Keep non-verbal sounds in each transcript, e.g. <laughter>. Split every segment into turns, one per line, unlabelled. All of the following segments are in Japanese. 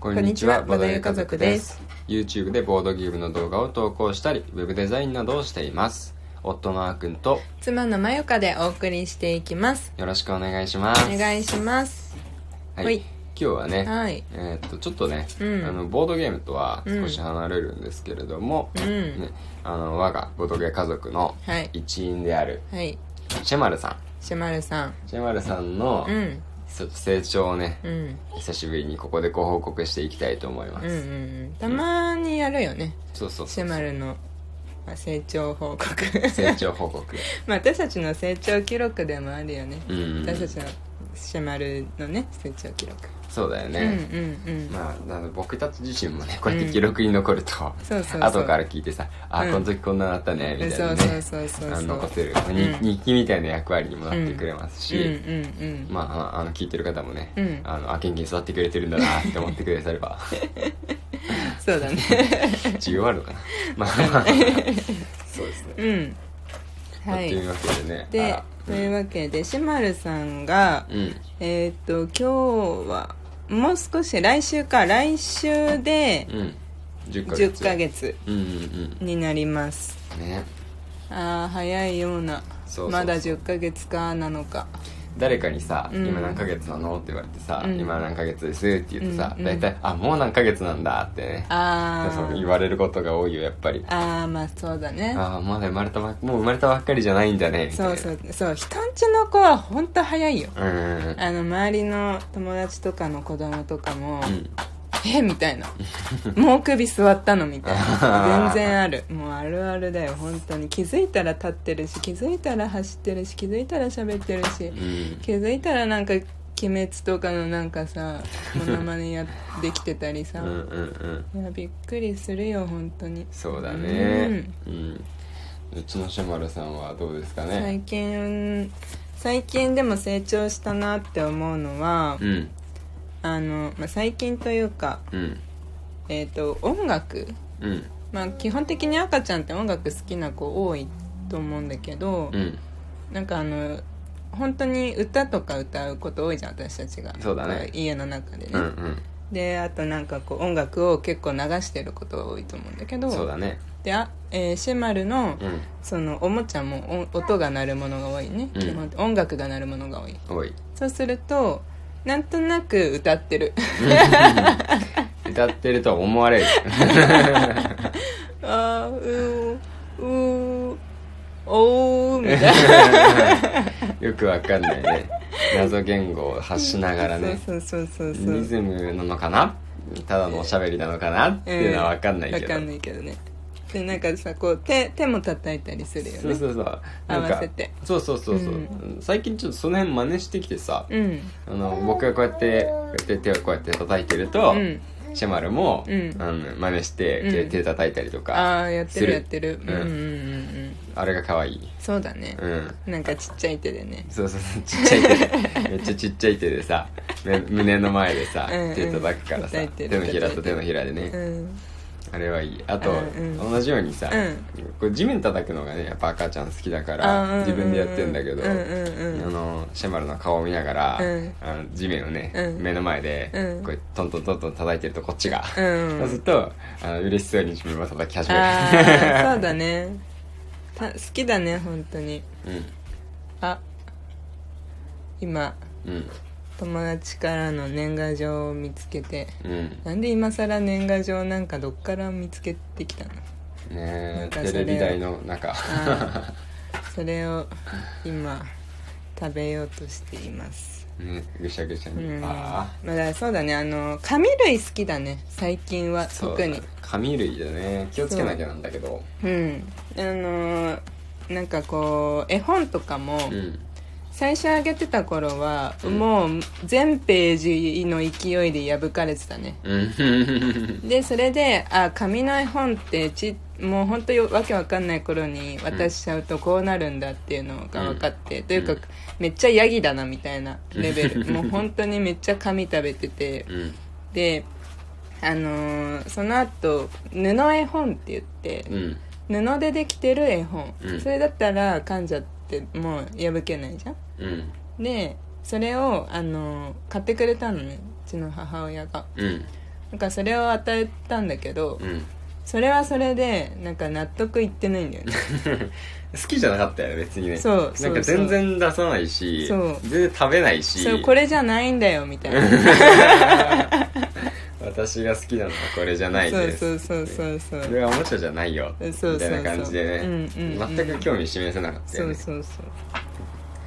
こ
んにちはボードゲー家族です
YouTube でボードゲームの動画を投稿したりウェブデザインなどをしています夫のあーくんと
妻のまゆかでお送りしていきます
よろしくお願いします
お願いします
はい、
ほい
今日はね、
はい
えーっとちょっとね、
うん
あのボードゲームとは少し離れるんですけれども、
うん
ね、あの我がボードゲー家族の
はい
一員である
はい
シェマルさ
しまるさん
んシェマルさんの、
うん
ちょっと成長をね、
うん
久しぶりにここでご報告していきたいと思いま
う
す、
んうんうんたまーにやるよね
そうそうそ
し
う
まるのまあ成長報告
成長報
<laughs>
告
まあ私たちの成長記録でもあるよね
うん
私たちのしまるのね成長記録
そうだよ
うんうん
ね、
うん
まあなので僕たち自身もねこうやって記録に残ると、
そうそうそう
後から聞いてさ「あ
うん
この時こんなのあったね」みたい
そ
な
う
ね、
そうそうそう
あ
そ
の
う
残せる、まあに
うん
日記みたいな役割にもなってくれます
うん
し、
うんうん
まあああの聞いてる方もね、
うん
あのあ元気に育ってくれてるんだなって思ってくだされ
<laughs>
ば
そうだね
需要あるのか
<laughs>
なまあまあそうですね、 <laughs>
うんは
やってみ
い
ますけでね
で
あ
というわけでしまるさんが
うん
えーっと今日はもう少し来週か来週で
うん10ヶ
10
月
ヶ月
うんうん
になります
うんね
ああ早いような
そうそうそう
まだ10ヶ月かなのか
誰かにさ「
うん
今何ヶ月なの?」って言われてさ「
うん
今何ヶ月です」って言ってさ
うんう
大
ん
体「あもう何ヶ月なんだ」ってね
あ
そう言
ー
われることが多いよやっぱり
あーまあそうだね
ああまだ生まれたばっもう生まれたばっかりじゃないんだねみたい
そ
な
うそうそう人んちの子は本当早いよ
うんうんうん
あの周りの友達とかの子供とかも
う
「えみた
<laughs>
いな「もう首座ったの?」みたいな
あー
全然あるもうあるあるだよ本当に気づいたら立ってるし気づいたら走ってるし気づいたら喋ってるし
んうん
気づいたらなんか「鬼滅」とかのなんかさモノマネやできてたり
<laughs>
さ、
うんうんうん
いやびっくりするよ本当に
そうだねうんうちのシャマルさんはどうですかね
最近最近でも成長したなって思うのは、
うん
あの、まあ、最近というか、
うん
えー、と音楽、
うん
まあ、基本的に赤ちゃんって音楽好きな子多いと思うんだけど、
うん
なんかあの本当に歌とか歌うこと多いじゃん私たちが
そうだね
家の中でね、
うんうん
であとなんかこう音楽を結構流してることが多いと思うんだけど
そうだね
であ、えーシェマルの
うん
そのおもちゃもお音が鳴るものが多いね、
うん
基本的音楽が鳴るものが多い
おい
そうするとなんとなく歌ってる <laughs>
歌ってると思われる
あーうーうーおーみたいな
よくわかんない
<laughs>
ね謎言語を発しながらね
そうそうそうそうそう
リズムなのかなただのおしゃべりなのかなっていうのはわかんないけ
わか
ど
んないけどねでなんかさこう手手も叩いたりするよね
そうそうそう
合
なんか
わせて
そうそうそうそう、
う
最近ちょっとその辺真似してきてさ、
うん
あの僕がこうやってこうやって手をこうやって叩いてると、
うん
シェマルも、
うん
あの真似して、
うん
手手叩いたりとかあ
ああやって
す
る
る
やってる
う
うんんうんうんうん
れが可愛い
そうだね
う、ん
なんかちっちゃい手でね
そうそうそうちっちゃい手
<laughs>
でめっちゃちっちゃい手でさめ胸の前でさ
うんうん
手叩くからさ、
叩いてる
手のひらと手のひらでね、
うん
あれはいいあと、
うんうん
同じようにさ、
う
こう地面叩くのがねやっぱ赤ちゃん好きだか
あーうん
ら
うんうん
自分でやってんだけど、
うんうんうん
あのシェマルの顔を見ながら、
うん
あの地面をね、
うん
目の前で、
うん
こうトントントントン叩いてるとこっちが、
うん
そうするとあの嬉しそうに自分も叩き始め
あ
る <laughs>
ーそうだねた好きだね本当にあ今
<laughs> うんうん
友達からの年賀状を見つけて
うん
なんで今更年賀状なんかどっから見つけて
<laughs>
きたのな
ねえ
んかそれ
テレビ台の中
あーそれを今食べようとしています
ねぐしゃぐしゃ
う
に、
んま
あ
だそうだねあの紙類好きだね最近は
あ
特に
紙類でね気をつけなきゃなんだけど
うんあのーなんかこう絵本とかも、
うん
最初あげてた頃は、
うん
もう全ページの勢いで破かれてたね
うん
でそれであ紙の絵本ってちもう本当にわけわかんない頃に渡しちゃうとこうなるんだっていうのが分かって、というか、
うん
めっちゃヤギだなみたいなレベ
<laughs>
ルもう本当にめっちゃ紙食べてて
うん
であのーその後布絵本って言って、
うん
布でできてる絵本、
うん
それだったら噛んじゃってもう破けないじゃん
うん
でそれをあの買ってくれたのねうちの母親が
うん
そなんかそれを与えたんだけど、
うん
それはそれでなんか納得いってないんだ
<laughs>
よね
好きじゃなかったよね別にね
そう
な
そ
ん
う
か
そう
全然出さないし
そう
全然食べないし
そうこれじゃないんだよみたいな
私が好きなのはこれじゃない
そう
です
そうそうそうそう
これはおもちゃじゃないよ
そう
み
そうそ
た
う
いな感じでね
うんうんうん
全く興味示せなかった
そ
よ
う
ね
そうそ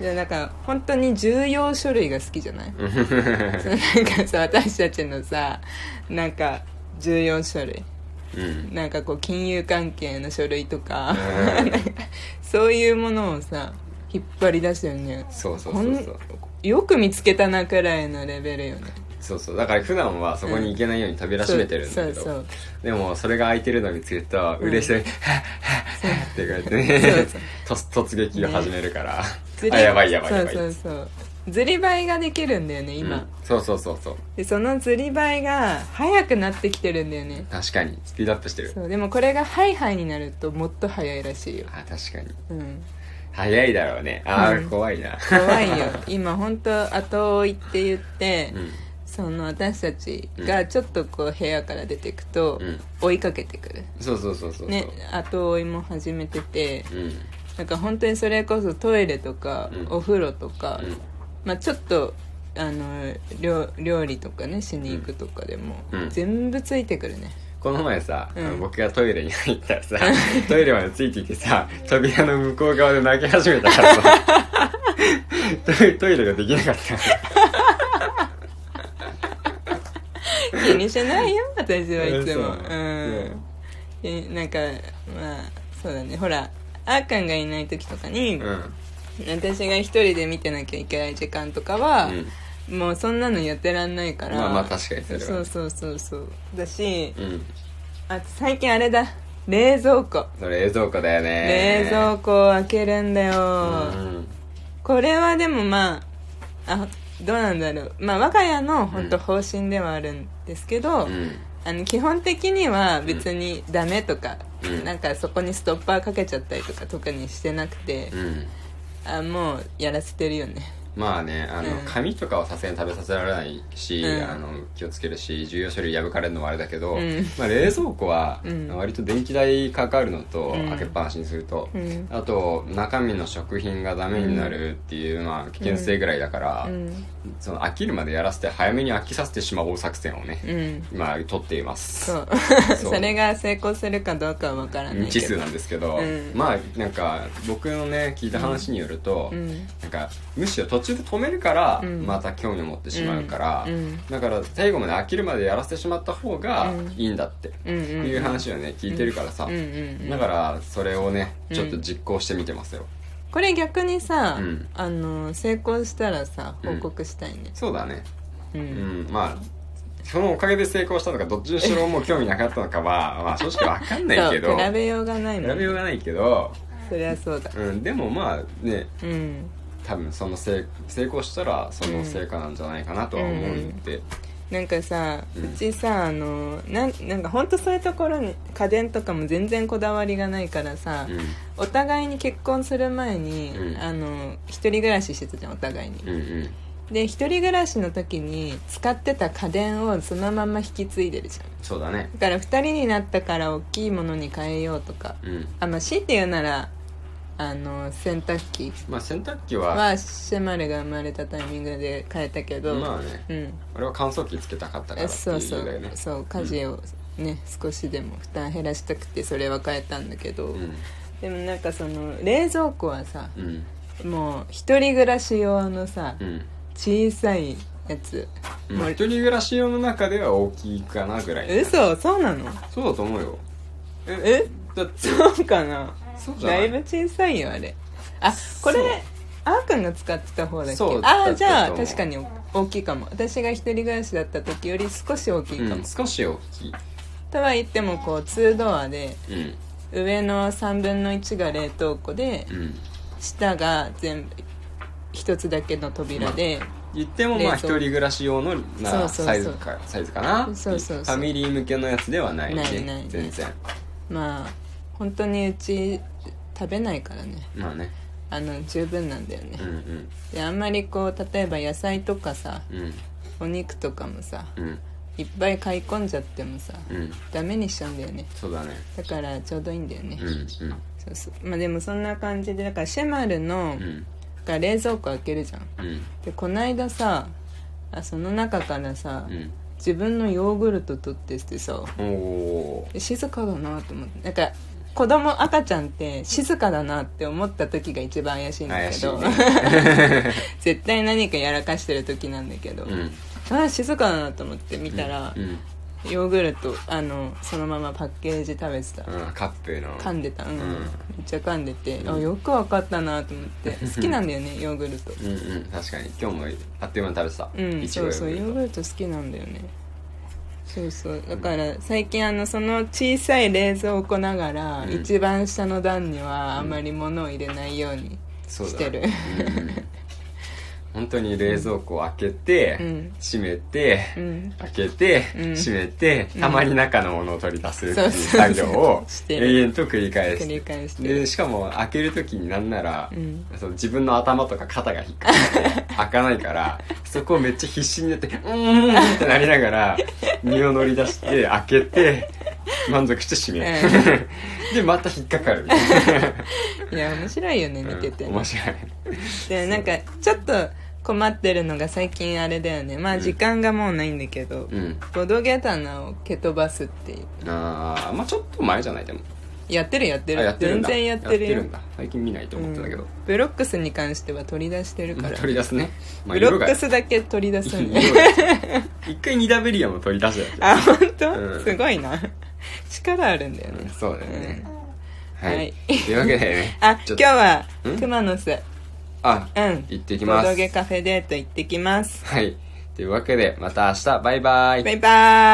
うでなんか本当に重要書類が好きじゃないそうなんかさ私たちのさなんか重要書類
うん
なんかこう金融関係の書類とか、
うん
そういうものをさ引っ張り出してるね
そうそうそうそう
よく見つけたなくらいのレベルよね
そうそうだから普段はそこに行けないように食べらしめてるんだけ
そうそ
ど
う
でもそれが空いてるの見つけたら嬉しそうに「 <laughs> はっはっはっ」って書いてね
そう
突突撃を始めるから
ずり
あやばいやばいやばい
そうそうそうずりばいができるんだよね今、
うんそうそうそうそう
でそのずりばいが早くなってきてるんだよね
確かにスピードアップしてる
そうでもこれがハイハイになるともっと早いらしいよ
あ確かに
うん
早いだろうねあ
う
ー
ん
怖いな
怖いよ今本当後追いって言っ
<laughs>
て、
うん
その私たちがちょっとこう部屋から出てくと
うん
追いかけてくる、
そうそうそうそうそう
ね後追いも始めてて
うん
なんか本当にそれこそトイレとか、
うん
お風呂とか、
うん
まあ、ちょっとあの料料理とかねしに行くとかでも、
うん
全部ついてくるね
この前さ、
うん
あの僕がトイレに入ったらさトイレまでついていてさ扉の向こう側で泣き始めたからさ
<laughs>
トイトイレができなかった
気にしてな
<laughs>
いよ私はいつも
そう
うんえなんかまあそうだねほらあーくんがいない時とかに、
うん
私が一人で見てなきゃいけない時間とかは、もうそんなのやってらんないから
まあまあ確かにそれは
そうそうそうそうだし
うん、うん、
あ最近あれだ冷蔵庫
それ冷蔵庫だよね
冷蔵庫を開けるんだよ、
うん
これはでもまああどうなんだろうまあ我が家の本当
うん
方針ではあるんですけど、
うん
あの基本的には別にダメとか、
うん
なんかそこにストッパーかけちゃったりとか特にしてなくて、
うん
あもうやらせてるよね
まあねあの、
うん
紙とかはさすがに食べさせられないし、
うん
あの気をつけるし重要書類破かれるのもあれだけど、
うん
まあ、冷蔵庫は
うん
割と電気代かかるのと、
うん
開けっぱなしにすると、
うん
あと中身の食品がダメになるっていう、まあ、危険性ぐらいだから、
うん
その飽きるまでやらせて早めに飽きさせてしまおう作戦をね、
うん
今取っています
そう
<laughs> そう
それが成功するかどうかは分からない
未
け
知数
ど
なんですけど、
うん
まあなんか僕のね聞いた話によると、
うん
なんかむしろ途中で止めるから
うん
また興味を持ってしまうから、
うん
だから最後まで飽きるまでやらせてしまった方がいいんだって、
うんうん
いう話をね聞いてるからさ、
うんうんう
だ
ん
からそれをね
うん
ちょっと実行してみてますよ、
これ逆にさ、
うん
あの成功したらさ報告したいね
そうだね
うん、
うんまあそのおかげで成功したのかどっちにしろもう興味なかったのか
<laughs>
はまあ正直わかんないけど
そう比べようがないもん
比べようがないけど、
そりゃそうだ
うん、でもまあね
うん
多分その成成功したらその成果なんじゃないかなとは思うんで、
なんかさ、
う
うんちさあのなんなんか本当そういうところに家電とかも全然こだわりがないからさ、
うん
お互いに結婚する前に、
うん
あの一人暮らししてたじゃんお互いに、
うんうん
で一人暮らしの時に使ってた家電をそのまま引き継いでるじゃん
そうだね
だから二人になったから大きいものに変えようとか
うん
あまあ強いて言うならあの洗濯機
まあ洗濯機は
はシェマルが生まれたタイミングで変えたけど、
まあね
うん
俺は乾燥機つけたかったから
え
って
そう
い
そう
だ
う
よね
そう家事をね、少しでも負担減らしたくてそれは変えたんだけど、
うん
でもなんかその冷蔵庫はさ
うん
もう一人暮らし用のさ
うん
小さいやつ、
うん
も
一
う
人暮らし用の中では大きいかなぐらい
嘘そうなの
そうだと思うよ
え
だって
そうかな
そうじゃな
だ
い
いぶ小さいよあれあこ
そう
れあーくんが使ってた方だっけ
そうだ
あ
った
ーじゃあ
と思う
確かに大きいかも私が一人暮らしだった時より少し大きいかも、
うん、少し大きい、
とは言ってもこう2ドアで
うん
上の3分の1が冷凍庫で
うん、
下が全部一つだけの扉で、
言ってもまあ
冷
一
蔵
人暮らし用の
そ
な
うそうそう
サイズかサイズかな
そうそうそう
ファミリー向けのやつではないね
ないないない
全然
まあ本当にうち食べないからね
まあね
あの十分なんだよね
う、ん
であんまりこう例えば野菜とかさ
うんうん
お肉とかもさ
うん
いっぱい買い込んじゃってもさ
うん
ダメにしちゃうんだよね
そうだね
だからちょうどいいんだよね、
うんうん
そうそうまあでもそんな感じでだからシェマルの
うん
が冷蔵庫開けるじゃん
うん
でこないださあその中からさ、
うん
自分のヨーグルト取ってってさ
おお
え静かだなと思ってなんか子供赤ちゃんって静かだなって思った時が一番怪しいんだ
怪
け
しい
ど、
ね
<laughs> 絶対何かやらかしてる時なんだけど、
うん
ああ静かだなと思って見たら
う、ん
ヨーグルトあのそのままパッケージ食べてた、
うんカップの
噛んでたうん、
うん
めっちゃ噛んでて、
うん
あよくわかったなと思
<laughs>
って好きなんだよねヨーグルト
うんうん確かに今日もあっという間に食べ
う
てた
ん
いち
そ
ご
うそうヨーグルト好きなんだよねそうそうだから最近あのその小さい冷蔵庫ながら、
うん
一番下の段にはあんまり物を入れないようにし
<laughs>
てる
そうだうんうん本当に冷蔵庫を開けて、
うん
閉めて、
うん
開けて、
うん
閉めて、
うん
たまに中のものを取り出すってい
そううそう
作業を
してる
永遠と繰り返
繰り
す
返して
で
る
しかも開ける時になんなら、
うん
その自分の頭とか肩が引っかかって開かない
<laughs>
からそこをめっちゃ必死になって「うーん」ってなりながら身を乗り出して開けて満足して閉める、 <laughs> でまた引っかかるみたい
いや面白いよね
な
<laughs> 見てて、
うん面白い
でなんかちょっと困ってるのが最近あれだよねま
う
あ
ん
時間がもうないんだけど、
うん
ボドゲ棚を蹴飛ばすっていう
ああまあちょっと前じゃないでも
やってるやってる
あやってるん
全
だ
然やってるよ
んだ最近見ないと思ってたけど、
うんブロックスに関しては取り出してるから
取り出すね、まあ、
ブロ
色
ッ
が
クスだけ取り出すん
<laughs>
だ
色
よ
が一回ニダベリアも取り出したや
あ本当、
うん
すごいな力あるんだよ
つ、
ね、
そうだよね、
ん
は
はいい
というわけでね
あ
ちょっ
今日
と
は
ん
熊野巣
あ
うん
行ってき
ボ
ま
ド
す
ゲカフェデート行ってきます
はいというわけでまた明日バイバイ
バイバーイ